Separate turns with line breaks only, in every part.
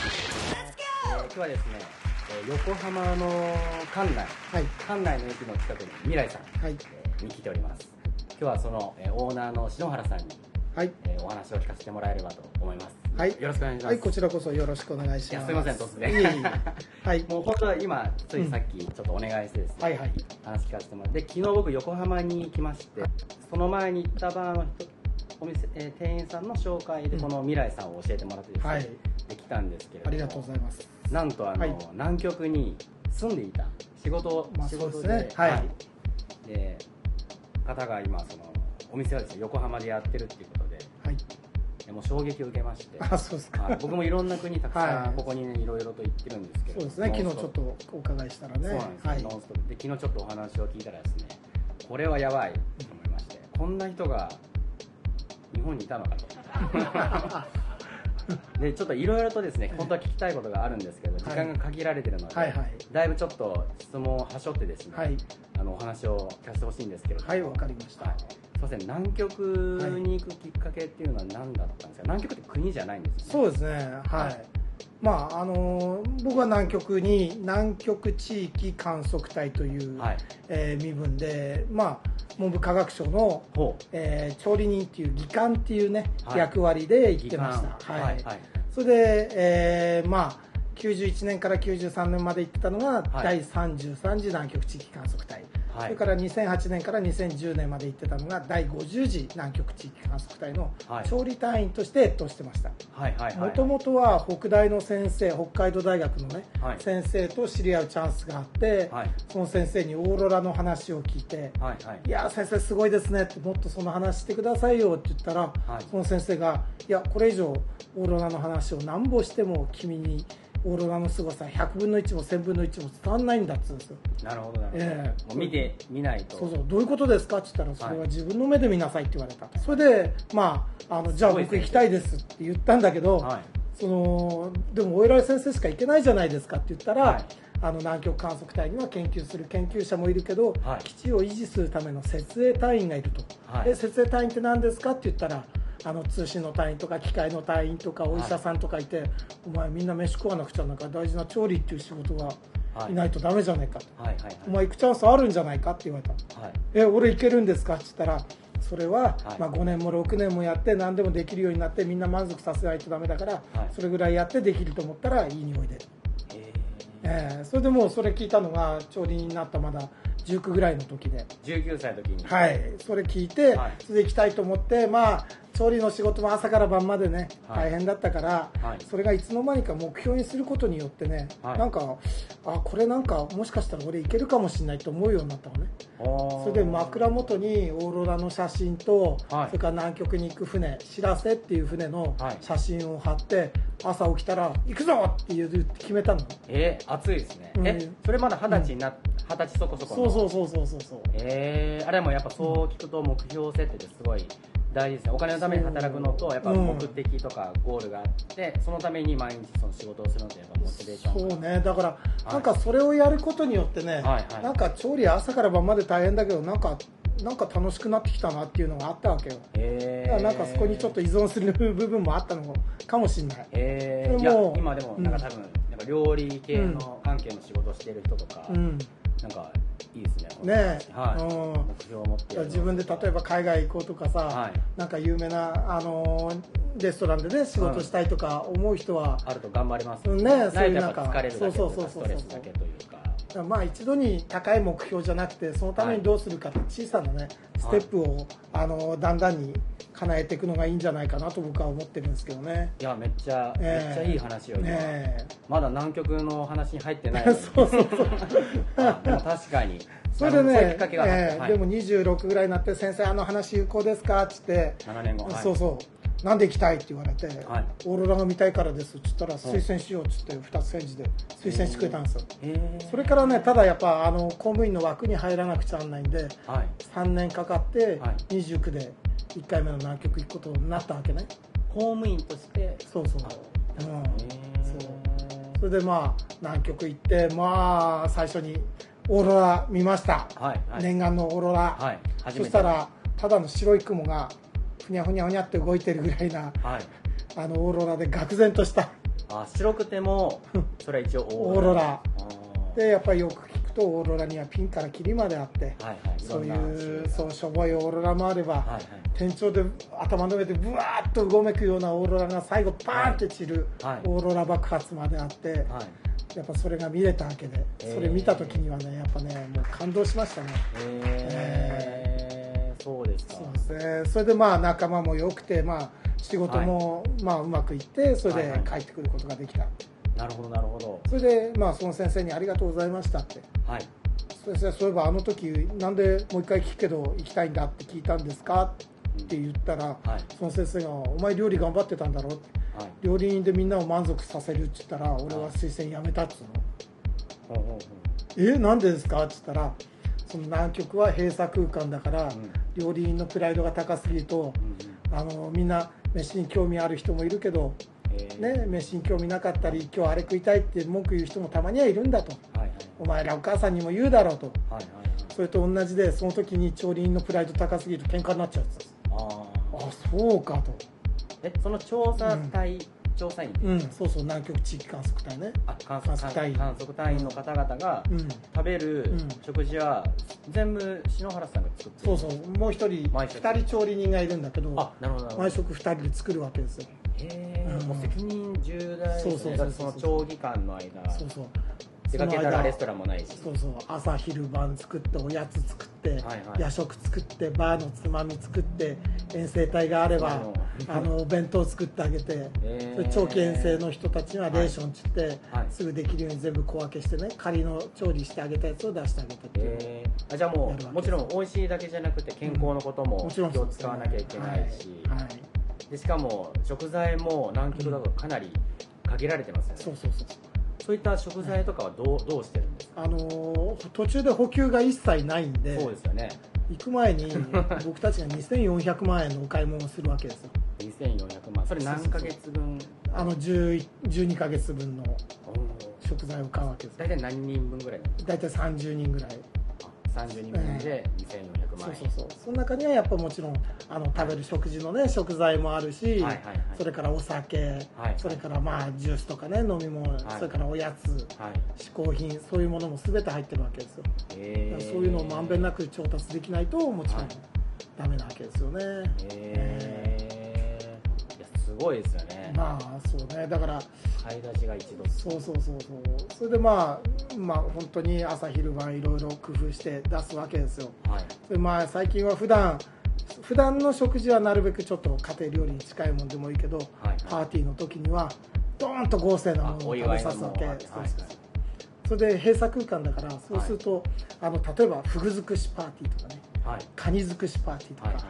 今日はですねえー横浜の館内、
はい
館内の駅の近くに未来さん、
はい
えーに来ております今日はその、えーオーナーの篠原さんに、
はい
えーお話を聞かせてもらえればと思います
はい
よろしくお願いします、
はいこちらこそよろしくお願いします
いやすいません突然
いえいえはい
もう本当は今ついさっきちょっとお願いしてですね、
はいはい
話聞かせてもらってで昨日僕横浜に来ましてその前に行ったバーの人お店、えー店員さんの紹介で
うん
この未来さんを教えてもらってですね、
はい
できたんですけれども
ありがとうございます
なんとあの、
はい
南極に住んでいた仕事を、
まあ
仕事
そうですねはい
で方が今そのお店はですね横浜でやってるっていうことで
はい
でもう衝撃を受けま して
あそうですか
はい僕もいろんな国たくさ
は
ん
い
ここにねいろいろと行ってるんですけ
そ
ど
うですね昨
ノン
日
ス
ち
ト
ょ
ッ
っ
プ
とお伺いしたらね
そうなんですよ、
はい
ノンストップで昨日ちょっとお話を聞いたらですねこれはやばいと思いましてこんな人が日本にいたのか とでちょっといろいろとですね本当は聞きたいことがあるんですけど時間が限られてるので、
はいはい
だいぶちょっと質問をはしょってですね、
はい
あのお話を聞かせてほしいんですけれども
はいわかりました
はいすいません南極に行くきっかけっていうのは何だったんですか、南極って国じゃないんですよね
そうですねはい、まああのー僕は南極に南極地域観測隊という、
はい
えー身分で、まあ、文部科学省の、
ほ
えー調理人っていう技官っていうね、
はい
役割で
う
行ってました、
はいはい、はい
それで、えーまあ91年から93年まで行ってたの
は
が、
い
第33次南極地域観測隊、
はい
それから2008年から2010年まで行ってたのが第50次南極地域観測隊の
はい
調理隊員として越冬してました、
はいはいはい
もともとは北大の先生北海道大学のね、
はい
先生と知り合うチャンスがあって、
はい
その先生にオーロラの話を聞いて、
はいはい
い、やー先生すごいですねってもっとその話してくださいよって言ったら、
い
その先生がいやこれ以上オーロラの話を何ぼしても君にオーロラの凄さ100分の1も1000分の1も伝わんないんだって言うんですよ
なるほどなるほど、
ええ
もう見て見ないと
そうそうどういうことですかって言ったらそれ
はい
は自分の目で見なさいって言われた、それでまああのじゃあ
すごい
僕
ですね
行きたいですって言ったんだけど、
はい
そのでもお偉い先生しか行けないじゃないですかって言ったら、
はい
あの南極観測隊には研究する研究者もいるけど、
はい
基地を維持するための設営隊員がいると、
はい
で設営隊員って何ですかって言ったらあの通信の隊員とか機械の隊員とかお医者さんとかいて、お前みんな飯食わなくちゃなんか大事な調理っていう仕事が
はい
いないとダメじゃないかと、
はいはいはい
お前行くチャンスあるんじゃないかって言われた
はい
え俺行けるんですかって言ったらそれは、
はい
まあ、5年も6年もやって何でもできるようになってみんな満足させないとダメだから、
はい
それぐらいやってできると思ったらいいにおいで、
え
えーそれでもうそれ聞いたのが調理になったまだ19ぐらいの時で
え19歳の時に
はいそれ聞いて、
はい
それで行きたいと思ってまあ調理の仕事も朝から晩までね、
はい
大変だったから、
はい
それがいつの間にか目標にすることによってね、
はい
なんかあこれなんかもしかしたら俺いけるかもしれないと思うようになったのね
おー
それで枕元にオーロラの写真と、
はい
それから南極に行く船しらせっていう船の
はい
写真を貼って、朝起きたら行くぞって言う言って決めたの
ええ暑いですね、
うん
えそれまだ二十歳になっ二十歳そこそこ
そ
の
うそうそうそうそうそう
ええあれもやっぱそう聞くと目標設定ってすごい大事ですねお金のために働くのとやっぱ
うん
目的とかゴールがあって、そのために毎日その仕事をするのってやっぱモチベーションが
そうねだから、
い
なんかそれをやることによってね、
はいはい
なんか調理朝から晩まで大変だけどなんかなんか楽しくなってきたなっていうのがあったわけよ、
え
だ
え
からなんかそこにちょっと依存する部分もあったのかもしれない
ええい
で
や
も
今でもなんか多分、なんか料理系の関係の仕事をしている人とか、
うん
なんかいいですね。
ねえ
はい。
うん
目標を持ってやるの
自分で例えば海外行こうとかさ、
はい
なんか有名な、あのーレストランでね仕事したいとか思う人は、
あると頑張れます。
ねえ
ないと
そういう
や
な
っ
ん
ぱ
か
疲れるだけ
そ
と
うそう
か
そう
ス
そう
トレスだけというか。
まあ一度に高い目標じゃなくてそのためにどうするかって小さなね、ステップを、あのーだんだんに叶えていくのがいいんじゃないかなと僕は思ってるんですけどね。
いやめっちゃ、
ええ
めっちゃいい話よ、今
ねえ
まだ南極の話に入ってないのに。
そうそうそう
あでも確かに。
それ
な
で
るほどそういうき
ね
っかけがあっ
え
て。
ー
はい
でも26ぐらいになって「先生あの話有効ですか?」っつって
7年後はい
そうそう「なんで行きたい?」って言われて、
はい
オーロラが見たいからです」っつったら「推薦しよう」っつって2つ返事で推薦してくれたんですよ
ええ
それからねただやっぱあの公務員の枠に入らなくちゃなんないんで
はい。
3年かかって
はい
29で1回目の南極行くことになったわけね
公務員として。
そうそう
あ
うん
ええ
そうそれでまあ南極行ってまあ最初にオーロラ見ました、
はいはい
念願のオーロラ、
はい初めて
そしたらただの白い雲がふにゃふにゃふにゃって動いてるぐらいな
はい。
あのオーロラで愕然とした
あ白くてもそれは一応
オ
オ
ー
ー
ロ
ロラ
ラでやっぱりよく聞くとオーロラにはピンからキリまであって、
はいはい
そうい
ろんな種類
う
が
そうしょぼいオーロラもあれば、
はいはい
天頂で頭の上でブワーッとうごめくようなオーロラが最後パーンって散る
はい
オーロラ爆発まであって、
はい
やっぱそれが見れたわけで
へー
それ見た時にはねやっぱねもう感動しましたね
へーそうですか
そうですねそれでまあ仲間も良くてまあ仕事もまあうまくいってそれ
はいは
で
い
帰ってくることができた、
なるほどなるほど
それでまあその先生にありがとうございましたって
はい
先生そういえばあの時なんでもう一回聞くけど行きたいんだって聞いたんですかって言ったら、
はい
その先生が「お前料理頑張ってたんだろ」って
はい
料理人でみんなを満足させるって言ったら俺は推薦やめたっつう
ほ
の
うほうほう
えなんでですかって言ったらその南極は閉鎖空間だから、
ん
料理人のプライドが高すぎると
うんうん
あのみんな飯に興味ある人もいるけど、
へー
ね、飯に興味なかったり今日あれ食いたいって文句言う人もたまにはいるんだと
はい
お前らお母さんにも言うだろうと
はいはいはいはい
それと同じでその時に調理人のプライド高すぎると喧嘩になっちゃうって言って
あ
たあそうかと
ーえその調査隊、調査員、
うんそうそう南極地域観測隊ね
あ観測
観測隊員
観測隊員の方々が
うん
食べる
うん
食事は全部篠原さんが作ってる
そうそうもう一人
毎食
二人調理人がいるんだけど
あなるほどなるほど
毎食二人で作るわけですよ
へえ、
うん
もう責任重大ですね
そうそうそうそう
だってその長期間の間
そうそう
出かけたらレストランもないし
そうそう朝昼晩作っておやつ作って、
はいはい
夜食作ってバーのつまみ作って遠征隊があればあのお弁当作ってあげて、
へー
それ長期遠征の人たちにはレーションつって、
はい
すぐできるように全部小分けしてね仮の調理してあげたやつを出してあげたっていう、
えーあじゃあも
やる
う
わけ
もちろん美味しいだけじゃなくて健康のことも
もちろん
気
そ
を
うです
使わなきゃいけないし、
はいはい
でしかも食材も南極だとかなり限られてますよね、
そうそうそう
そういった食材とかはどう,、どうしてるんですか
あのー途中で補給が一切ないんで
そうですよね
行く 前に僕たちが2400万円のお買い物をするわけですよ
2400万それ何ヶ月分
あの11 12ヶ月分の
おー
食材を買うわけです
大体何人分ぐらいなんで
大体30人ぐらい
すかあ30人分で2400
そ
万
う
円
そうそうその中にはやっぱもちろんあの食べる食事のね食材もあるし、
はいはいはい
それからお酒、
はい
それからまあジュースとかね飲み物、
はい
それからおやつ
はい
嗜好品そういうものも全て入ってるわけですよ、だ
え
から
ー
そういうのをまんべんなく調達できないともちろ
は
ん
い
ダメなわけですよね、
えーいやすごいですよね、
まあそうねだから
買い出しが一度
そうそうそうそうそれでまあまあ本当に朝昼晩いろいろ工夫して出すわけですよ
はい
でまあ最近は普段普段の食事はなるべくちょっと家庭料理に近いもんでもいいけど、
はい
パーティーの時にはドーンと豪勢なも
あ
の
お
を食
祝
べ
い
さ
の
す
も
わ
の
け、
ははい
そうそうそれで閉鎖空間だからそうすると、あの例えばフグ尽くしパーティーとかね
はい
カニ尽くしパーティーとか、
はいはい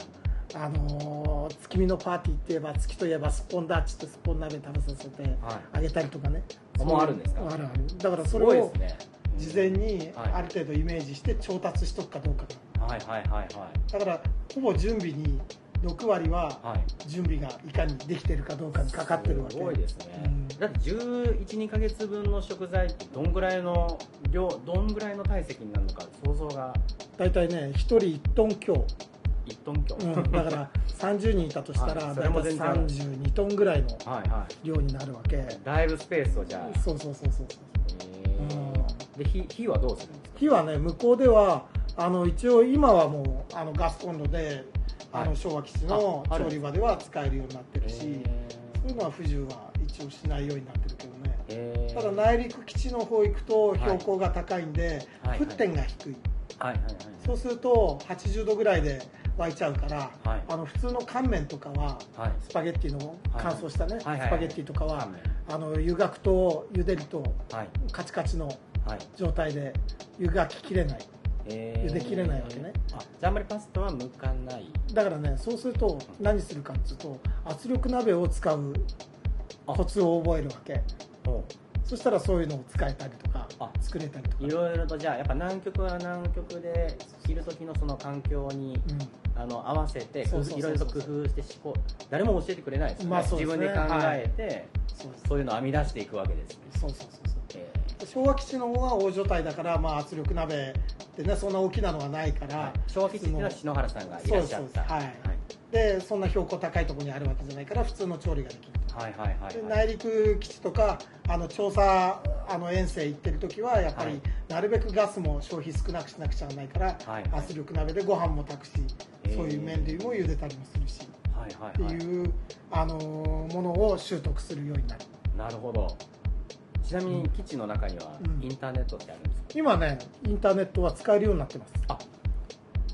あのー月見のパーティーって言えば月といえばスポンダッチってスポン鍋食べさせてあげたりとかね、
あもうあるんですか
あるあるだから
す
そ
ごい
れ
で
を
すね
事前に
はい
ある程度イメージして調達しとくかどうかが
はいはいはいは
だからほぼ準備に6割
い
は
はい
準備がいかにできてるかどうかにかかってるわけ
すごいですね、
うん
だって112ヶ月分の食材ってどんぐらいの量どんぐらいの体積になるのか想像が
大体ね1人1トン強、
1トン強、
うんだから30人いたとしたら
はいそれ
大
も
体
全然
32トンぐらいの
はいは
量になるわけ
いだいぶスペースをじゃあ
そうそうそうそう
へーで火火はどうするんです
火はね向こうではあの一応今はもうあのガスコンロであ
は
の
い
昭和基地の
あある
調理場では使えるようになってる
か
しそう
へ
いうのは不自由は一応しないようになってるけどね
ーへー
ただ内陸基地の方行くと標高が高いんで、
はい
沸点が低い、
はいはい
そうすると80度ぐらいで沸いちゃうから、
はい
あの普通の乾麺とかは
はいはい
スパゲッティの乾燥したね、
はいはいはい
スパゲッティとかは、
乾麺
あの湯がくと茹でると
はい
カチカチの
はい
状態で湯がききれない
茹
茹できれないわけね
あじゃああんまりパスタは向かない
だからねそうすると何するかっていうと圧力鍋を使う
あ
コツを覚えるわけ
ほ
そしたらそういうのを使えたりとか
あ
作れたりとか
ういろいろとじゃあやっぱ南極は南極で着る時のその環境に
うん
あの合わせて
そうそうそうそう
いろいろと工夫してしこ誰も教えてくれないですよね,、
まあそうですね
自分で考えて、
そうです
そういうのを編み出していくわけです、
そうそうそうそう
え
昭和基地の方は大所帯だから、まあ、圧力鍋ってねそんな大きなのはないから、
ーはい、昭和基地っていうのは篠原さんがいらっしゃ
そ
っ
うですそうです
た
はいでそんな標高高いところにあるわけじゃないから普通の調理ができると
はいはいはい
で
はい
内陸基地とかあの調査あの遠征行ってる時はやっぱ
は
り
い
なるべくガスも消費少なくしなくちゃならないから、
はい
圧力鍋でご飯も炊くし、
へー
そういう麺類も茹でたりもするしっ
はいはい
て
はい
いう、あのーものを習得するようになる
なるほどちなみに基地の中には
うん
インターネットってあるんですか、
今ねインターネットは使えるようになってます
あ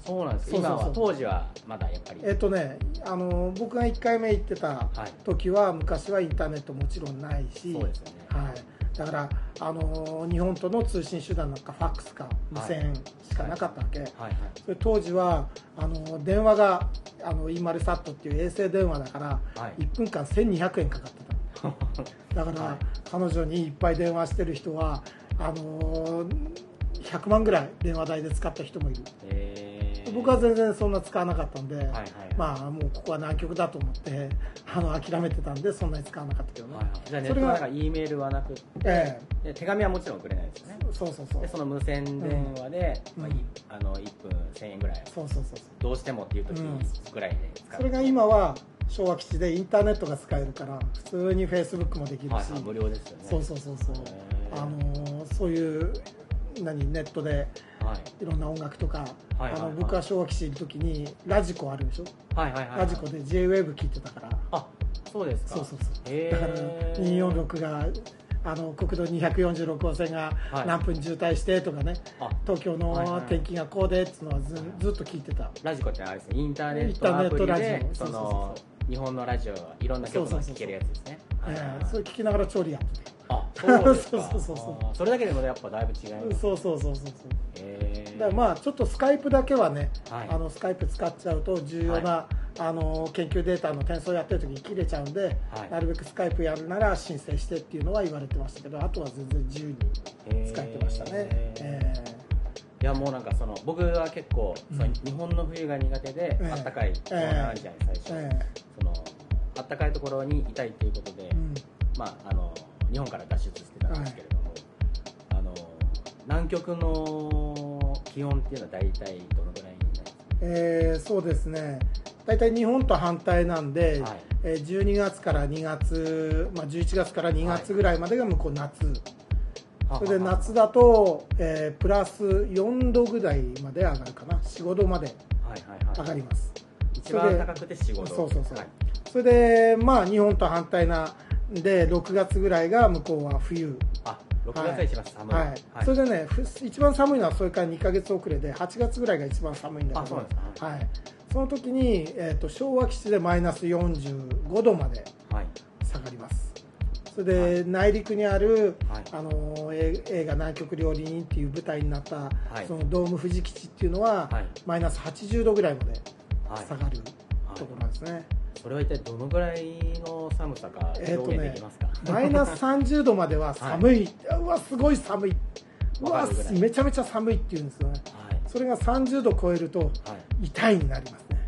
そうなんです
そうそうそう
今は当時はまだやっぱり
えっとね、あのー僕が1回目行ってた
はい
時は昔はインターネットもちろんないし、
そうですよね
はい、だから、あのー日本との通信手段なんかファックスか無線しかなかったわけ、
はいはい
それ当時はあの電話があのインマルサットっていう衛星電話だから、
はい
1分間1200円かかって ただから、
はい
彼女にいっぱい電話してる人はあのー100万ぐらい電話代で使った人もいる
えー、
僕は全然そんな使わなかったんで、
はいはい
まあもうここは南極だと思って あの諦めてたんでそんなに使わなかったけどね、
はいはいじゃあネッ
そ
ト
れ
の
が
中 E メールはなく
え
で手紙はもちろん送れないですよね
えそうそうそう
でその無線電話で、
うん
まあ
うん
いあの1分1000円ぐらい
そうそうそうそう
どうしてもっていう時
うん
ぐらいで使う
それが今は昭和基地でインターネットが使えるから普通にフェイスブックもできるし、
はいはい無料ですよね
そうそうそうそう
へー
あのーそういう何ネットで
はい
いろんな音楽とか、
はいはいはい
あの僕は昭和基地いる時にラジコあるでしょ、
はいはいはいはい
ラジコで JWAVE 聞いてたから
あそうですか
そうそう
へ
そう
ー
だから246があの国道246号線が
はい
何分渋滞してとかね、
あ
東京
はいは
の
い
天気がこうでっつうのはずずっと聞いてた
ラジコってあれですねインターネッ
インタ
ト
ーネ
ア
ッ
プ
ト
リ
ラジオ
で
そ
そう
そうそう
の日本のラジオいろんな曲が聴けるやつですね
え
はいはいはい
ーそれ聞きながら調理やってて
あそうですか
そうそうそうそう
あーそれだけでもやっぱだいぶ違います
そうそうそうそうそう
へー
だからまあちょっとスカイプだけはね、
はい
あのスカイプ使っちゃうと重要な、
は
あの研究データの転送やってる時に切れちゃうんで、
はい
なるべくスカイプやるなら申請してっていうのは言われてましたけどあとは全然自由に使ってましたね、
へー
え
いやもうなんかその僕は結構
うん
その日本の冬が苦手で
ええ
あったかい東南アジアに最初
ええ
そのあったかいところにいたいっていうことで
えうん
まああの日本から脱出してたんですけれどもあの南極の気温っていうのは大体どのぐらいになります
えーそうですね大体日本と反対なん
は
で、
い
えー12月から2月、まあ、11月から2月ぐらいまでが向こう夏、
か
それで夏だと、えープラス4度ぐらいまで上がるかな45度まで
はいはい
上
はい
がります
一番高くて仕事
そうそうそう
はい
それでまあ日本と反対なんで6月ぐらいが向こうは冬
あ6月が一番寒い
はい、それでねふ一番寒いのはそれから2ヶ月遅れで8月ぐらいが一番寒いんだ
あ
け
そう
ど
なんですか
はい、その時に、えー、と昭和基地でマイナス45度まで
はい
下がりますそれで、内陸にある、
はい
あのえ映画「南極料理人」っていう舞台になった、
い
そのドーム富士基地っていうのは、
はい
マイナス80度ぐらいまで
はい
下がるところなんですね、
それは一体どのぐらいの寒さか
えーと
表
ね
現できますか、
マイナス30度までは寒い、うわすごい寒いう
わ
わ
かるぐらい
めちゃめちゃ寒いっていうんですよね
はい
それが30度超えると
はい
痛いになりますね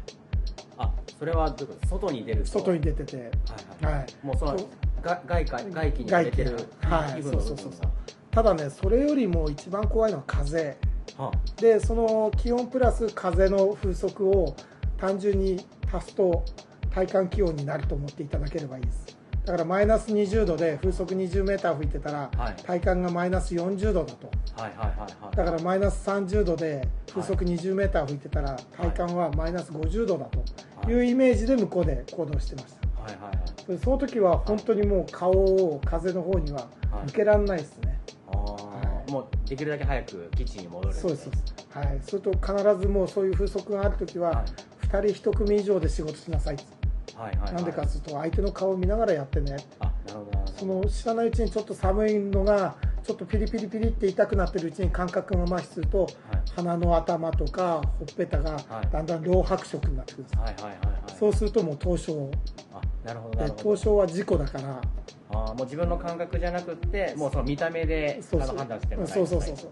あそれはどういうこと外に出ると
外に出てて
はいはい、
はい
もうその
そう
が外界外気に触れてる
はい
皮膚の部
そうそう
分
そうそうただねそれよりも一番怖いのは風
がは
でその気温プラス風の風速を単純に足すと体感気温になると思っていただければいいですだからマイナス20度で風速20メーター吹いてたら、
はい
体感がマイナス40度だと
はいはいはいはい
だからマイナス30度で風速20メーター吹いてたら体感はマイナス50度だというイメージで向こうで行動してました
はいはいはい
でその時は本当にもう顔を風の方には向けられないですね、
あー、もうできるだけ早く基地に戻る
そうですそうですはいそれと必ずもうそういう風速がある時
は
はい2人1組以上で仕事しなさいって
はいはいはい
なんでかすると相手の顔を見ながらやってね
あなるほどなる
そ
ほど
の知らないうちにちょっと寒いのがちょっとピリピリピリって痛くなってるうちに感覚が麻痺すると鼻の頭とかほっぺたが
はい
だんだん老白色になってくるんです、
はいはいはいはいはい
そうするともう凍傷で
あなるほどなるほ
凍
ど
傷は事故だから
あーもう自分の感覚じゃなくってもうその見た目で
そう
あの
そう
判断して
うん
も
そうそうそうそう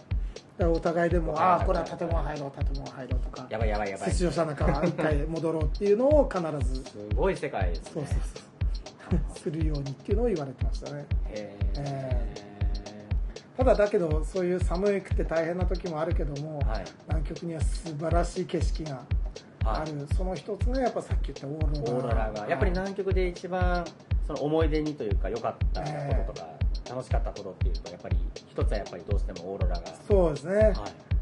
だからお互いで
お
も
互い
ああーこれは建物入ろう建物入ろうとか
やばいやばいやばい
出
す
場者なんかは一回戻ろうっていうのを必ず
ごい世界です
そう
ね
そうそうするようにっていうのを言われてましたね
へ
え
え
ただだけどそういう寒くて大変な時もあるけども、
はい
南極には素晴らしい景色がある、その一つがやっぱさっき言ったオー
オ
ロラ
ーロラがやっぱり南極で一番その思い出にというか良かったこととか、楽しかったことっていうとやっぱり一つはやっぱりどうしてもオーロラが、
そうですね
はい、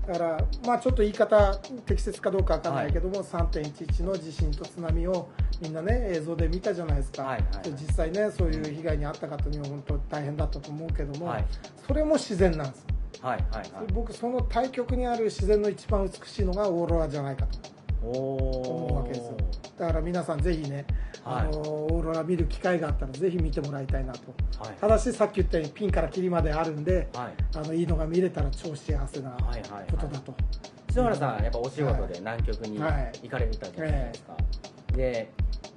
だから、まあ、ちょっと言い方適切かどうかわかんないけども、3.11の地震と津波をみんなね映像で見たじゃないですか、
はいはいはい
で実際ねそういう被害に遭った方には本当大変だったと思うけども、
はい
それも自然なんです
はいはいはい
僕その対極にある自然の一番美しいのがオーロラじゃないかと
お
思うわけですよだから皆さんぜひね、
はい
あのオーロラ見る機会があったらぜひ見てもらいたいなと
はい
ただしさっき言ったようにピンからキリまであるんで、
はい
あのいいのが見れたら超幸せな
はいはいはい
ことだと、
篠原さんやっぱお仕事で南極に
はい
行かれてたじゃないですか、で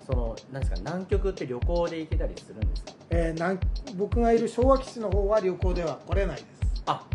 そのなんですか南極って旅行で行けたりするんですか
えーなん僕がいる昭和基地の方は旅行では来れないです
あ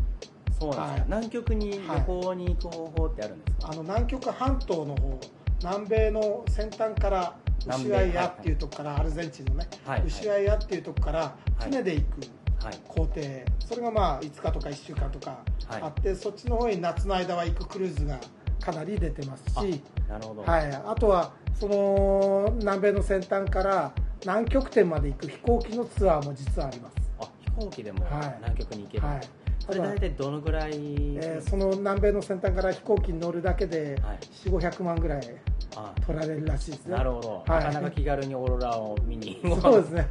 そうなんですか、
はい
南極に旅行に行く方法ってあるんですか、
あの南極半島の方南米の先端からウ
南
シ
米
ュアイアっていうとこからアルゼンチンのね、
はいはい
ウシュアイアっていうとこから船で行く
はい
行程それがまあ5日とか1週間とか
はい
あって、そっちの方に夏の間は行くクルーズがかなり出てますし
なるほど
はい、あとはその南米の先端から南極点まで行く飛行機のツアーも実はあります。
あ飛行機でも
はい
南極に行ける、
はい
それ大体どのぐらい、
えーその南米の先端から飛行機に乗るだけで
はい
4500万ぐらい
あ
取られるらしいですね
なるほど、
はい
なかなか気軽にオーロラを見に
そうですね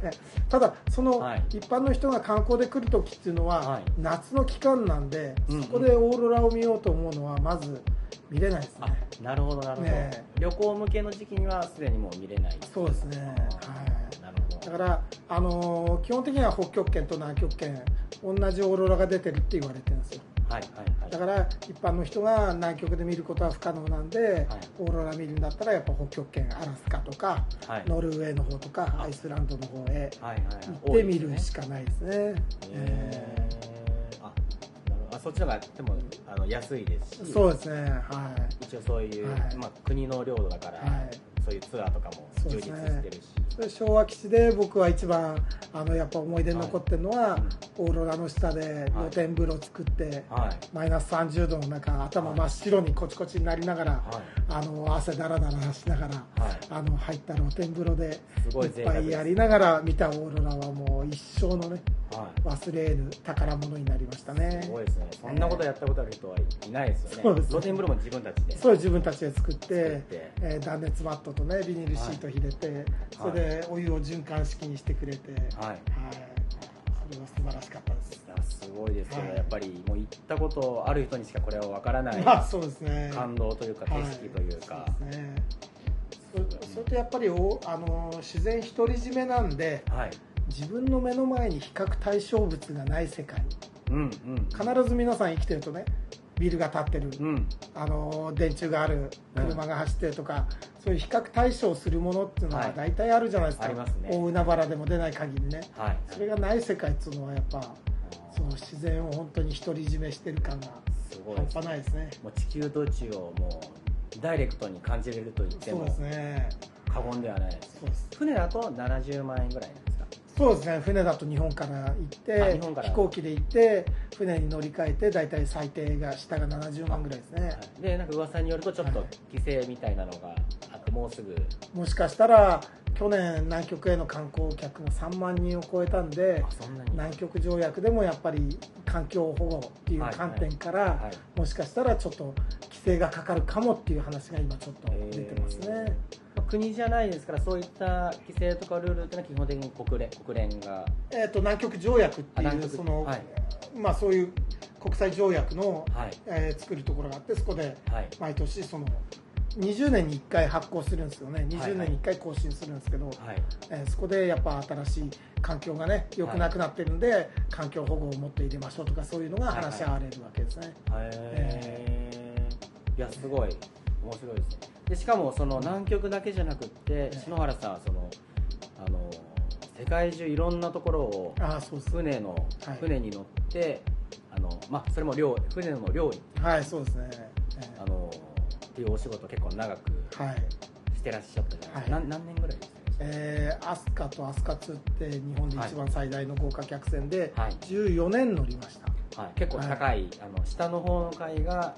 ただその
はい
一般の人が観光で来る時っていうのは、
はい
夏の期間なんで、
うんうん
そこでオーロラを見ようと思うのはまず見れないです
あ
ね
なるほどなるほど、
ねえ
旅行向けの時期にはすでにもう見れない
そうですね
あ
はい
ーなるほど
だから、あのー基本的には北極圏と南極圏同じオーロラが出てるって言われてるんですよ
はいはいはい
だから一般の人が南極で見ることは不可能なんで、オーロラ見るんだったらやっぱ北極圏アラスカとか、
はい
ノルウェーの方とかアイスランドの方へ
はいはいはい
行ってみ
多い
る
です
し
ね
かないですね
へ
え
ーあなるほどあそっちの方がでもあの安いです
ー
し
そうですねはい
一応そういう、
はい
まあ、国の領土だから、
はい
そういうツアーとかも充実してるし、
それ昭和基地で僕は一番あのやっぱ思い出に残ってるのは、
はい
オーロラの下で露天風呂作って、
はい
マイナス30度の中頭真っ白にコチコチになりながら、
はい
あの汗だらだらしながら、
はい
あの入った露天風呂です
ごい
い
贅
っ
沢
ぱ
です
いやりながら見たオーロラはもう一生のね
は
忘れぬ宝物になりましたね
い、すごいですねそんなことやったことある人はいないですよね
そうですね
露天風呂も自分たちで
そう自分たちで作って
作って
えー断熱マットとねビニールシート入れて、それでお湯を循環式にしてくれて
はい
はい、それは素晴らしかったです
いやすごいですけど、
はい
やっぱりもう行ったことある人にしかこれは分からない
まあそうですね
感動というか景色というか、
はいそうですねそそれとやっぱりおあの自然独り占めなんで
はい、
自分の目の前に比較対象物がない世界
うんうん
必ず皆さん生きてるとねビルが建ってる、
うん
あの電柱がある車が走ってるとか、そういう比較対象するものっていうの
は
はい大体あるじゃないですか、
ありますね
大海原でも出ない限りね
はい
それがない世界っていうのはやっぱその自然を本当に独り占めしてる感が
すごい
半
です
端ないですね
もう地球と宇宙をもうダイレクトに感じれると言って
そう
も
ですね
過言ではないです
そうです
船だと70万円ぐらいなんですか
そうですね船だと日本から行
あ
って
日本から
飛行機で行って船に乗り換えて大体最低が下が70万ぐらいですね、
はいでなんか噂によるとちょっと規制みたいなのがあってもうすぐ
もしかしたら去年南極への観光客も3万人を超えたんで
あそんなに
南極条約でもやっぱり環境保護っていう観点から、
いはい
もしかしたらちょっと規制がかかるかもっていう話が今ちょっと出てますね、
えーまあ国じゃないですからそういった規制とかルールっていうのは基本的に国連国連が
えー、と南極条約ってい
あ南
う
極
その、
はい
まあ、そういう国際条約の、
はい
えー作るところがあってそこで
はい
毎年その20年に1回発行するんですよね
はい
20年に1回更新するんですけど、
はい
えーそこでやっぱ新しい環境がね良くなくなってるんで、環境保護をもっと入れましょうとかそういうのが話し合われるわけですね、
へーいやすごい面白いですねでしかもその南極だけじゃなくって篠原さんはそのあの世界中いろんなところを
ああそうですね
船の、
はい
船に乗ってあの、まあ、それも料船の料理
はいそうですね、
あのっていうお仕事結構長く
えーはい
してらっしゃったじゃないですか、
はい
な何年ぐらいですか、
えー、アスカとアスカ2って日本で一番最大の豪華客船で
はい
14年乗りました、
はい、結構高い、あの下の方の階が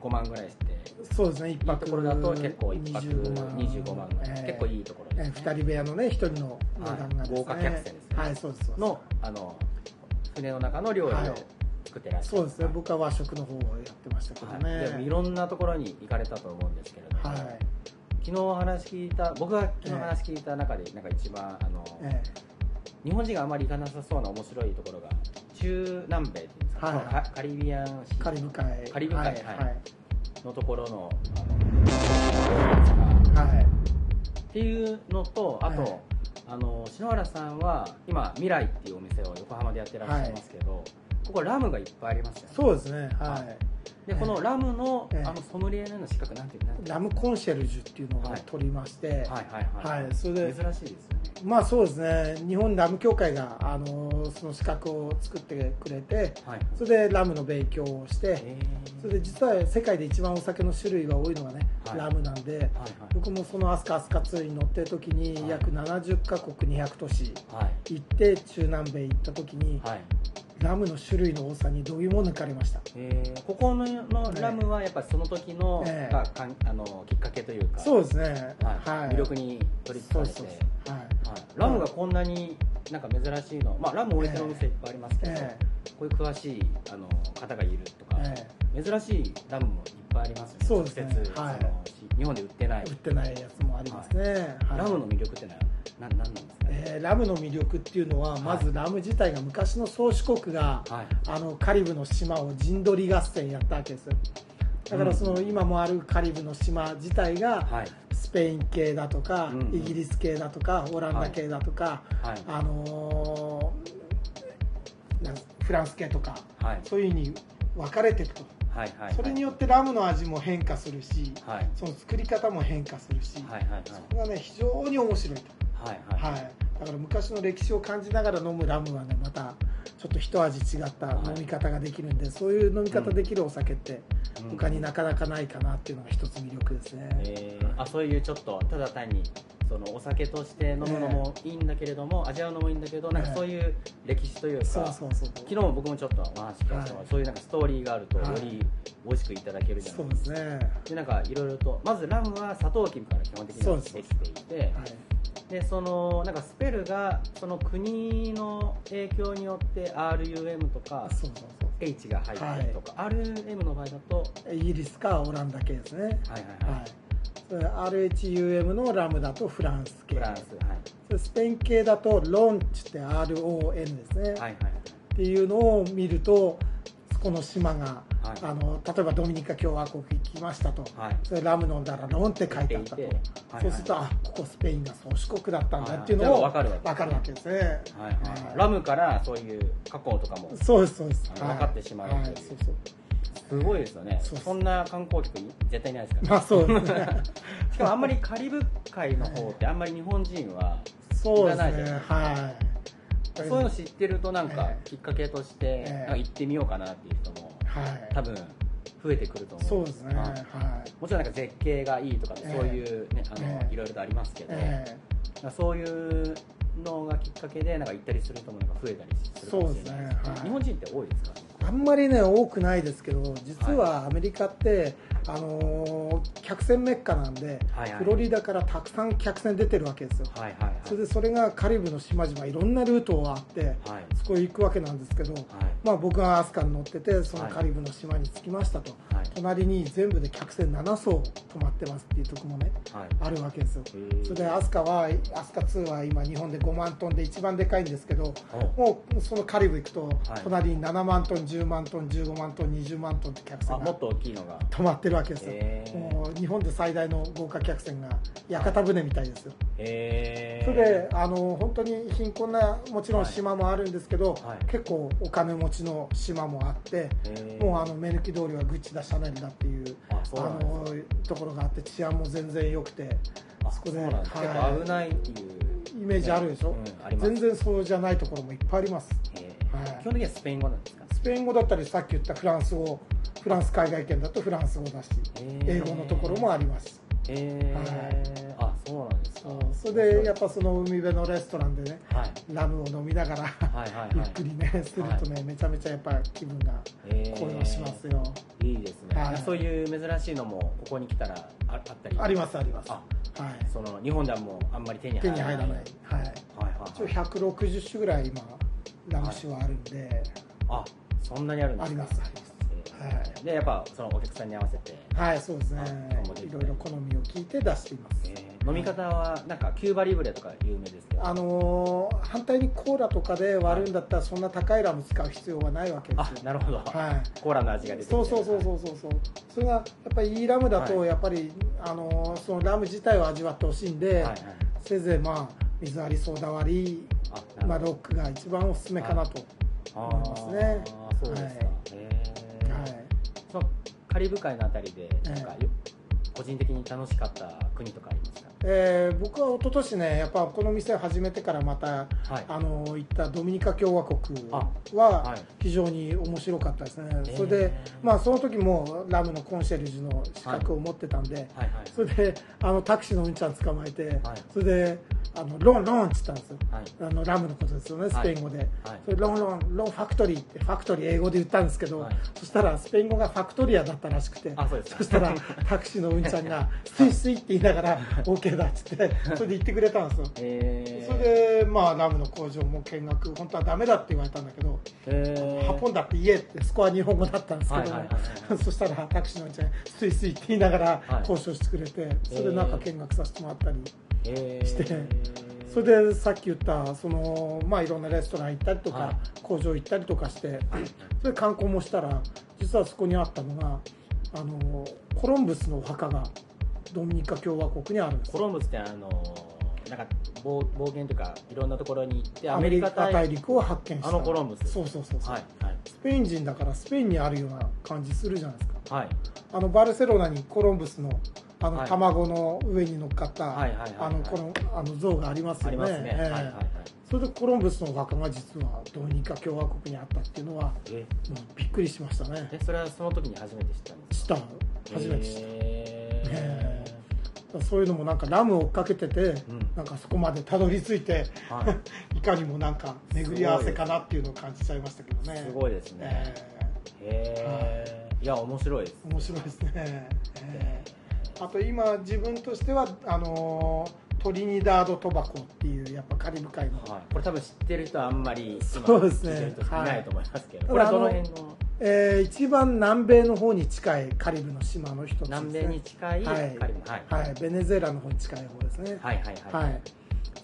5万ぐらいして
そうですね1
いい
泊
ところだと結構1泊
25
25万ぐらい、
えー
結構いいところで
え
す、
ー
ね
二人部屋のね一人の値段がですね、
豪華客船ですね
はいそうですそうです
のあの船の中の料理を作ってらっしゃる、
そうですね僕は和食の方をやってましたけどね、
はい、でいろんなところに行かれたと思うんですけれども、
はい
昨日お話聞いた僕が昨日話聞いた中でなんか一番あの、
え
日本人があまり行かなさそうな面白いところが中南米っていうんですか、
はい
カカリビアンシ
えカ
ー
リブ海
カリブ海
はい
はい
はい
のところのあの
はい
っていうのとあと、
はい
あの篠原さんは今未来っていうお店を横浜でやってらっしゃいますけど、ここラムがいっぱいありますよね
そうですねは
でこのラムの、
ええ
あのソムリエのような資格なんていうなんてい
い
う
ラムコンシェルジュっていうのを
はい
取りまして、
はいはいはい、
はいそれで
珍しいですよね
まあそうですね日本ラム協会があのその資格を作ってくれて
はい
それでラムの勉強をして
え
それで実は世界で一番お酒の種類が多いのがね、
はい
ラムなんで
ーはい
僕もその飛鳥飛鳥2に乗ってる時
はい
に約70カ国200都市
はいはい
行って中南米行った時に
はい
ラムの種類の多さにどぎも抜かれました
えーここののラムはやっぱりその時の、
ええ
がかんあのきっかけというか
そうですね
はい
はい
魅力に取りつ
そ
か
う
れ
で
て
すそうですはい
はい、ラムがこんなになんか珍しいの、まあ、ラム置いてるお店いっぱいありますけど、
え
こういう詳しいあの方がいるとか、
え
珍しいラムもいっぱいありますよね
そうですね
直接、
はい
そのし日本で売ってない
え売ってないやつもありますねはい
ラムの魅力ってのはななんなんですかね、
えーラムの魅力っていうのはまずラム自体が昔の宗主国が
はい
あのカリブの島を陣取り合戦やったわけですよだからその今もあるカリブの島自体が
はい
スペイン系だとか
うんうん
イギリス系だとかオランダ系だとか
はい
あのーなんフランス系とか
はい
そういうふうに分かれていくと
はいはい
それによってラムの味も変化するし
はい
その作り方も変化するし
はいはいはい
そこがね非常に面白いと。
はいはい
はい、だから昔の歴史を感じながら飲むラムはねまたちょっと一味違った飲み方ができるんで、そういう飲み方できるお酒って
うん
他になかなかないかなっていうのが一つ魅力ですね、
えーあそういうちょっとただ単にそのお酒として飲むのもいいんだけれども、味わうのもいいんだけどなんかそういう歴史というか、
そうそうそう
昨日も僕もちょっとお話聞きましたが、
はい
そういうなんかストーリーがあるとよ
はい
り美味しくいただけるじゃな
そ
いうで
です
か、
すね、はい、
でなんかいろいろとまずラムはサトウキビから基本的にはできていてでそのなんかスペルがその国の影響によって RUM とか
そうそうそ
H が入ったりとか、RM の場合だと
うイギリスかオランダ系ですね
はいはいはい、
はいそれ RHUM のラムだとフランス系
フランス
それスペイン系だとロンチって RON ですね、
はいはいはい
っていうのを見るとこの島が、
はい
あの例えばドミニカ共和国行きましたと、
はい
それラム飲んだらロンって書いてあったと、
書いていてはいはい
そうするとあここスペインが宗主国だったんだっていう
は
の
い
を
はいでも分かるわけ
わかるわけですね、
はいはい、ラムからそういう過去とかも
そうですそうです、
分かってしまうと
は
いう
い、そうそう
すごいですよね
そ
そ
うです
んな観光客絶対いないですか
まあそうです ね
らしかもあんまりカリブ海の方ってあんまり日本人は
そうで
行か
す
ないじゃない
ねはい
そういうの知ってるとなんか
ええ
きっかけとして
ええ
なんか行ってみようかなっていう人も
はい
多分増えてくると思う
そうですね
は
はいい、
もちろんなんか絶景がいいとかって
ええ
そういうねあ
え
の
え
いろいろとありますけど
ええ
なんかそういうのがきっかけでなんか行ったりする人もなんか増えたりするかもしれない
そうですねはい
日本人って多いですか
あんまりね多くないですけど実はアメリカって、あのー客船メッカなんで、
はいはい
フロリダからたくさん客船出てるわけですよ、
はいはいはい
それでそれがカリブの島々いろんなルートがあって、
はい
そこへ行くわけなんですけど、
はい
まあ、僕がアスカに乗っててそのカリブの島に着きましたと、
はい
隣に全部で客船7艘泊まってますっていうとこもね
はい
あるわけですよ
へー
それでアスカはアスカ2は今日本で5万トンで一番でかいんですけどもうそのカリブ行くと
はい
隣に7万トン10万トン15万トン20万トンって客
あ
船
も
が
っと大きいのが
泊まってるわけですよ
へー
もう日本で最大の豪華客船が屋形船みたいですよ
へえ
それであの本当に貧困なもちろん島もあるんですけど、
はい
結構お金持ちの島もあって、
へー
もうあの目抜き通りはグッチだシャネルだっていう
あそうなんです
のところがあって治安も全然良くて
あ
そこで
うなんだ
はい
結構危ないっていう
イメージあるでしょ、
うんあります
全然そうじゃないところもいっぱいあります
へ
はい
ー基本的にはスペイン語なんですか
スペイン語だったりさっき言ったフランス語フランス海外圏だとフランス語だし
へー
英語のところもあります
へえ、あそうそうなんですか
そうそれでやっぱその海辺のレストランでね
はい
ラムを飲みながら、
はいはいはい
ゆっくりねするとね、めちゃめちゃやっぱ気分が
えー
高揚しますよ、
いいですね、
はい
そういう珍しいのもここに来たらああったり
ありますありますは
あ
い
その日本ではもうあんまり手に
手
入らない
に入らない、はい、
はいはい
一応
はい
160種ぐらい今ラム酒はあるんで、
あそんなにあるんで
あ
す
り
か
ますありますはい
でやっぱそのお客さんに合わせて、
はい、そうですね
あそう。
いろいろ好みを聞いて出しています。
えー飲み方はなんかキューバリブレとか有名ですけど
あのー反対にコーラとかで割るんだったら、そんな高いラム使う必要はないわけで
あ
すよ。
なるほど、
は
コーラの味が出て
い。
きて
そうそうそうそうそうそう。それがやっぱりいいラムだと、
は
やっぱり、あのーそのラム自体を味わってほしいんで、
はいはい
せいぜいまあ水割りソーダ割り、
あ
ま
な
あ
る
ロックが一番おすすめかなと。
ほ
思いますね
あーそうですか、
はい
へー
はい。
そのカリブ海のあたりでなんか、
は
個人的に楽しかった国とかあります
えー僕は一昨年ね、やっぱこの店を始めてからま
か
た、
はい
あの行ったドミニカ共和国
あは
はい非常に面白かったですね、
えー
それで、まあ、その時もラムのコンシェルジュの資格を持ってたんで、
はいはい
それであのタクシーのうんちゃん捕まえて、
はい
それであのロンロンって言ったんですよ
はい
あのラムのことですよねスペイン語で、
はい
それロンロンロンファクトリーってファクトリー英語で言ったんですけど、
はい
そしたらスペイン語がファクトリアだったらしくて
あそうですか
したらタクシーのうんちゃんが「スイスイ」って言いながら「OK だ」っつってそれで言ってくれたんですよ
え
それで、まあ、ラムの工場も見学、本当はダメだって言われたんだけど、
え
ハポンだって言えって、そこは日本語だったんですけどね、
はいはいはいは
そしたらタクシーのおじちゃん、スイスイって言いながら
はい
交渉してくれて、それでなんか見学させてもらったり、
え
してそれでさっき言った、そのまあ、いろんなレストラン行ったりとか、
はい
工場行ったりとかして、それで観光もしたら、実はそこにあったのが、あのコロンブスのお墓がドミニカ共和国にあるんです
コ。ロンブスってあのなんか暴暴言というかいろんなところに行って
アメリカ大陸を発見した
あのコロンブス
そうそうそうそう、
はいはい
スペイン人だからスペインにあるような感じするじゃないですか
はい
あのバルセロナにコロンブスのあの
はい
卵の上に乗っかった、
はいはいはいはい
あのこのあの像があります
あ
よ
り
ね
ますね、
え
は
え
いはいはい
それでコロンブスのお墓が実はドミニカ共和国にあったっていうのはも
え
うびっくりしましたね
でそれはその時に初めて知ったんで
知
す
っ
か
たの初めて知った、
え
えそういうのもなんかラムを追っかけてて、
ん
なんかそこまでたどり着いて、、
はい
かにもなんか巡り合わせかなっていうのを感じちゃいましたけどね
すごいですね
ええ
へえいや面白いです
面白いですね、えーあと今自分としてはあのートリニダード・トバコっていうやっぱカリブ海の、
はい、これ多分知ってる人はあんまり今
そうですね
聞いてる人少ないと思いますけど、
はい
これはどの辺の
えー一番南米の方に近いカリブの島の一つです、ね、
南米に近いカ
は
リ
い
ブはい
はいベネズエラの方に近い方ですね
はいはい
は、
はいい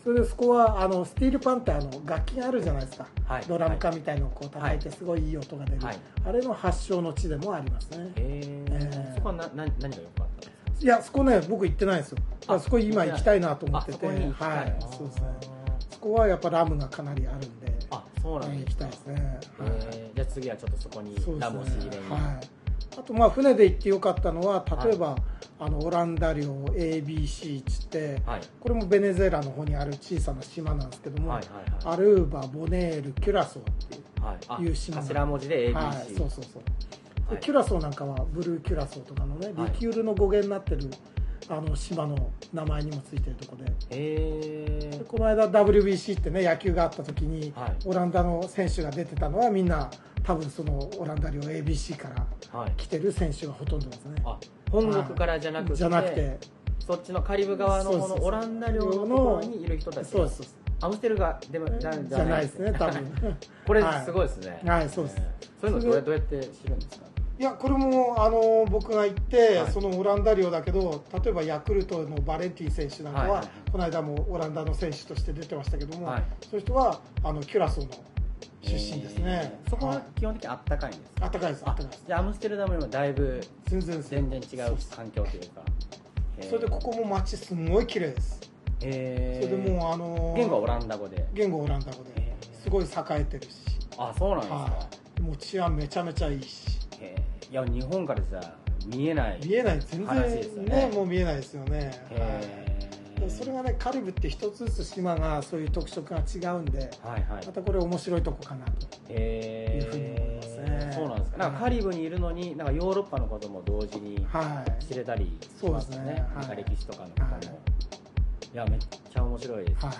それでそこはあのスティールパンターの楽器があるじゃないですか、
はい
ドラム缶みたいのをこう叩いてすごいいい音が出る、
はい
あれの発祥の地でもありますね、
へ
え
え
ー
そこはなな何が良かったんですか
いやそこね僕行ってないんですよあそこ今行きたいなと思って
あ
て
そこに行きたい、
はいそうですねそこはやっぱラムがかなりあるんで、
あそうなん
行
で
き
す
た
か、
いですね。
えーじゃあ次はちょっとそこに
そう
ラムを仕入
ですね
れ。に、
はい。あとまあ船で行ってよかったのは例えば、あのオランダ領 ABC っつって、
はい
これもベネズエラの方にある小さな島なんですけども、
はいはいはい
アルーバボネールキュラソーっていう。
はいあ
いう島
頭文字で ABC、
はい、そうそうそう。
は
で
い
キュラソーなんかはブルーキュラソーとかのね、
はい
リキュールの語源になってるあの島の名前にもついてるとこで。
え
でこの間 WBC ってね野球があった時に、
はい
オランダの選手が出てたのはみんな多分そのオランダ領 ABC から
ー、はい
来てる選手がほとんどですね
あ本国からじゃなくて,、
じゃなくて
そっちのカリブ側の
そう
こ
そ
の
うそう
オランダ領のところにいる人たち
そうですそうです
アムステルがでもじゃ
じゃないですね 多分
これ
はい
すごいですね
はいはいそうです
そういうのどうやどうやって知るんですか
いやこれもあの僕が行って、
はい
そのオランダ領だけど例えばヤクルトのバレンティン選手なんかは、
はいはいはい
この間もオランダの選手として出てましたけども、
はい
そういう人はあのキュラソーの出身ですね
え、ーそこ
はい
は基本的にあったかいんですか
あったかいですあったかいです
じゃあアムステルダムよりもだいぶ
全然です
全然違う環境というかへー
それでここも街すごい綺麗です、
えー
それでもうあのー
言語はオランダ語で
言語はオランダ語で
へ
すごい栄えてるし、
あそうなんですか、
はい、もう治安めちゃめちゃいいし
へーいや日本からじゃ見えない
見えない全然
話ですよね
ねもう見えないですよね、はい
へー
それがねカリブって一つずつ島がそういう特色が違うんで
はいはい
またこれ面白いとこかなと
へ
いうふうに思いますね
そうなんですかなんかカリブにいるのになんかヨーロッパのことも同時に
はい
知れたりしますね
そうですねはい
なんか歴史とかのことも、
はい
いやめっちゃ面白いです、
はい、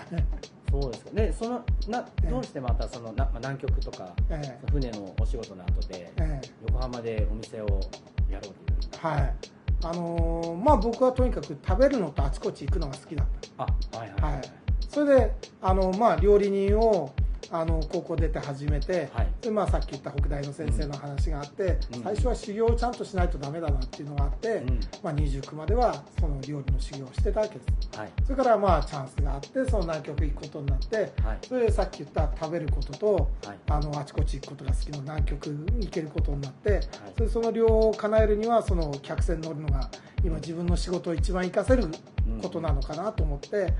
そうですかでそのなどうしてまたそのな、まあ、南極とか
ええ
船のお仕事の後で
ええ
横浜でお店をやろうという
はいあのーまあ僕はとにかく食べるのとあちこち行くのが好きだった
あはいはい
はいそれであの、まあ、料理人をあの高校出て始めて、
はい
でまあ、さっき言った北大の先生の話があって、
うん
最初は修行をちゃんとしないとダメだなっていうのがあって、
うん
まあ、29まではその料理の修行をしてたわけです
はい
それからまあチャンスがあってその南極行くことになって
はい
それでさっき言った食べることと
はい
あのあちこち行くことが好きの南極に行けることになってそれでその両を叶えるにはその客船に乗るのが今自分の仕事を一番活かせることなのかなと思って、
うん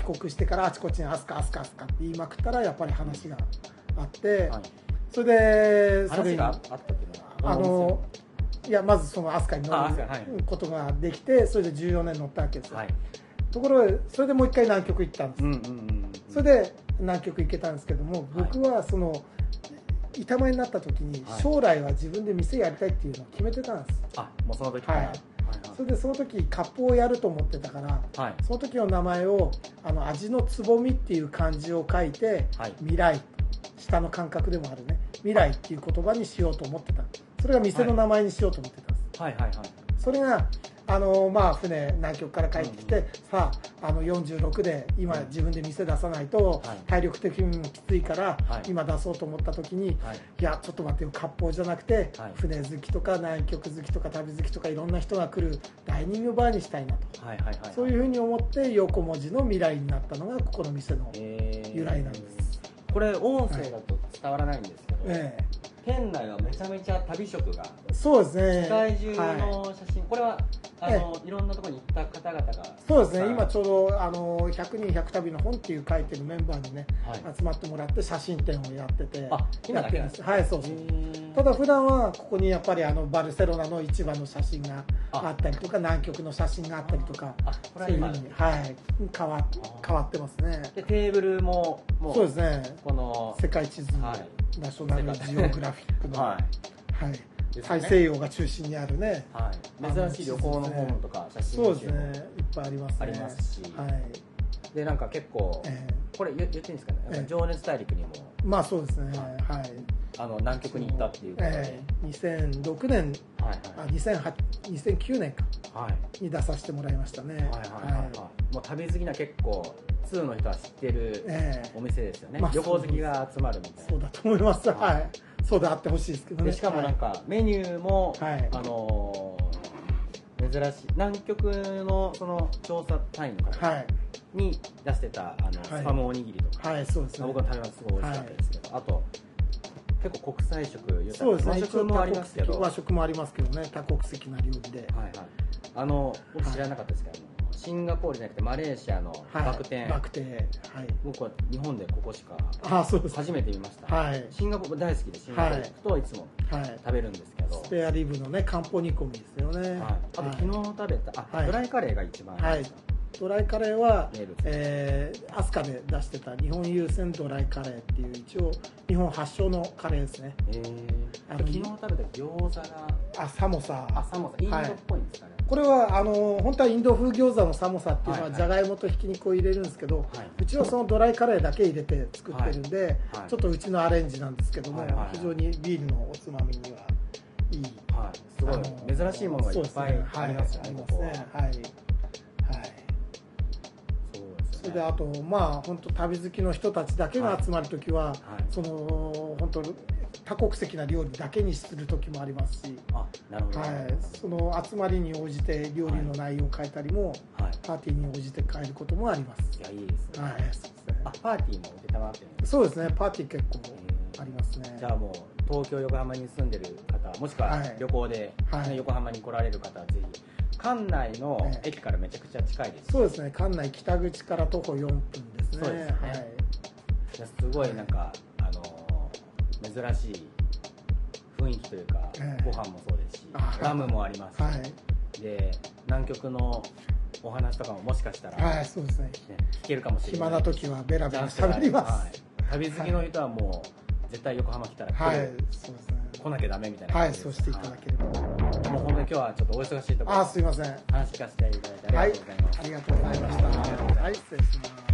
帰国してからあちこちに「アスカアスカアスカ」って言いまくったらやっぱり話があって、
はい
それでそれ
話
に
があったっていうのは
あのいやまずそのアスカに
あ
乗
アスカ
る
はい
ことができてそれで14年乗ったわけですよ、
はい
ところでそれでもう一回南極行ったんです、
うんうんうん
それで南極行けたんですけども僕はその板前になった時に
はい
将来は自分で店やりたいっていうのを決めてたんです
あもうその時から
はいそれでその時割烹をやると思ってたから
はい
その時の名前をあの味のつぼみっていう漢字を書いて、
はい
未来下の感覚でもあるね未来っていう言葉にしようと思ってたそれが店の名前にしようと思ってたんです、
はいはいはい
それがあのまあ船南極から帰ってきて、
うん
さああの46で今
うん
自分で店出さないと、
はい
体力的にもきついから、
はい
今出そうと思った時に、
はい
いやちょっと待ってよ割烹じゃなくて、
はい
船好きとか南極好きとか旅好きとかいろんな人が来るダイニングバーにしたいなと
はいはいはい
そういうふうに思って横文字の未来になったのがここの店の、
えー
由来なんです
これ音声だと伝わらないんですけど、
え
店内はめちゃめちゃ旅食が
えそうですね
世界中
はい、
の写真、これはあの、いろんなところに行った方々が
そうです
は
ね
い
今ちょうど「あの100人100旅の本」っていう書いてるメンバーにね、
はい
集まってもらって写真展をやってて
あ今
や
だけなん
ってる
ん
で
ですす
はいそうそうた
だ
だ普段はここにやっぱりあのバルセロナの市場の写真があったりとか南極の写真があったりとか
あこれは
そういうふ
今
うに、はい、変わ変わってますね
でテーブルももう
そうですね
この
世界地図、
はい
ナショナルジオグラフィックの、
は
はい
ですね
大西洋が中心にあるね、
い、はい、珍しい旅行のホームとか写真
そう
集
ですね、いっぱいありますね。
ありますし
はい。
でなんか結構、
え
これ言言っていいんですかねなん
え
か
え
情熱大陸にも
ーまあそうですね、
は
はい。
あの南極に行ったっていうことで、
えー2006年、
はい
あ
はい
2008、2009年か、
はい
に出させてもらいましたね。
はいはいはいはいもう旅好きな結構通の人は知ってる
えー
お店ですよね、
まあ
旅行好きが集まるみたいな
そうだと思います。は
はい
い。そうであってほしいですけどね。
でしかもなん
は
かメニューも、
はい
あのー珍しい南極のその調査隊員の
い、
方
はい。
に出してたあの、
はい
スパムおにぎりとか、
はい、そうです
まあ
ね
僕。の食べ物すごい美味しかったですけど、あと結構国際食豊か
そうですね。
和食もありますけ
一応多
ど、は
国籍和
い
食もありますけどね、多国籍な料理で。
はい、あの僕知らなかったですけど、あのシンガポールじゃなくてマレーシアの
はい。
バク転、
バクテはい。
僕は日本でここしか
あ、そうです。
初めて見ました、
はい。
シンガポール大好きでシンガポール行くといつも
はい。
食べるんですけど、
スペアリブのね、漢方煮込みですよね。
はい、あと
はい
昨日食べた、あ、
はい
ドライカレーが一番
はいドライカレーは
名物、
えー、アスカで出してた日本優先ドライカレーっていう一応日本発祥のカレーですね
えー
あの
あと昨日食べた餃子が
あサモサ
あサモサインドっぽいんですかね、
これはあの本当はインド風餃子のサモサっていうの
は
はい
はい
じゃがいもとひき肉を入れるんですけど、
はいう
ちはそのドライカレーだけ入れて作ってるんで、
はい
ちょっとうちのアレンジなんですけども、
はいはいはい
非常にビールのおつまみにはいい
はいすご
あ
い
の
珍しいものがいっぱいありますよね
そう
こ
です
こ
ね
は
はい、ありますねはい、はい
そうですね
それであとまあ本当旅好きの人たちだけが集まるときは、
い
その本当多国籍な料理だけにするときもありますし、
あなるほど、
は
はい
い、その集まりに応じて料理の内容を変えたりも、パーティーに応じて変えることもあります
い、やいいですね、
はいそうですね
あパーティーも承ってるんです
そうですねパーティー結構ありますね
じゃあもう東京横浜に住んでる方もしくは
はい
旅行で、
はい
ね横浜に来られる方はぜひ館内の
ええ
駅からめちゃくちゃ近いです
そうですね館内北口から徒歩4分ですね
そうですね
はい
いやすごいなんか、あのー珍しい雰囲気というか、
ええ
ご飯もそうですし
あ
ラムもありますし、
はい
で南極のお話とかももしかしたら、
はい、そうですね
ね聞けるかもしれない
暇な時はベラ
チ
ベ
ャ
ラ
ンスがあ
喋ります
はい旅好きの人はもう絶対横浜来たら来
はい、
る
そうですね
来なきゃダメみたいな
は
感
い
じです
そうしていただければ
はいもう本当で今日はちょっとお忙しいところ
あーすいません
話聞かせていただいてありがとうございます、
ありがとうございました。はい、失礼します。